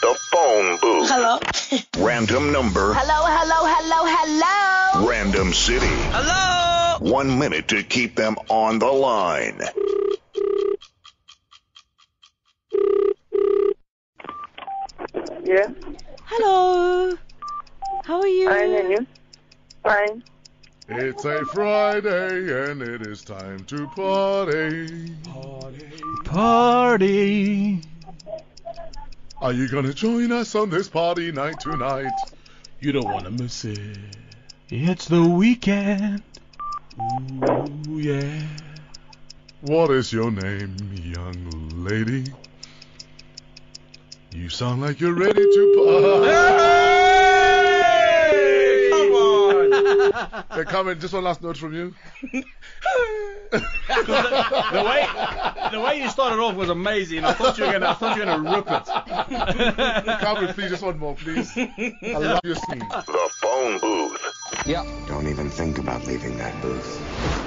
phone booth. Hello. Random number. Hello, hello, hello, hello. Random city. Hello. One minute to keep them on the line. Yeah, Hello. How are you? fine and you? Fine. It's a Friday and it is time to party. Party. Are you gonna join us on this party night tonight? You don't wanna miss it. It's the weekend. Ooh, yeah. What is your name, young lady? You sound like you're ready to party. Come on! They're coming. Just one last note from you. the way the way you started off was amazing. I thought you were gonna I thought you were gonna rip it. Calvin, please, just one more, please. I love your singing. The phone booth. Don't even think about leaving that booth.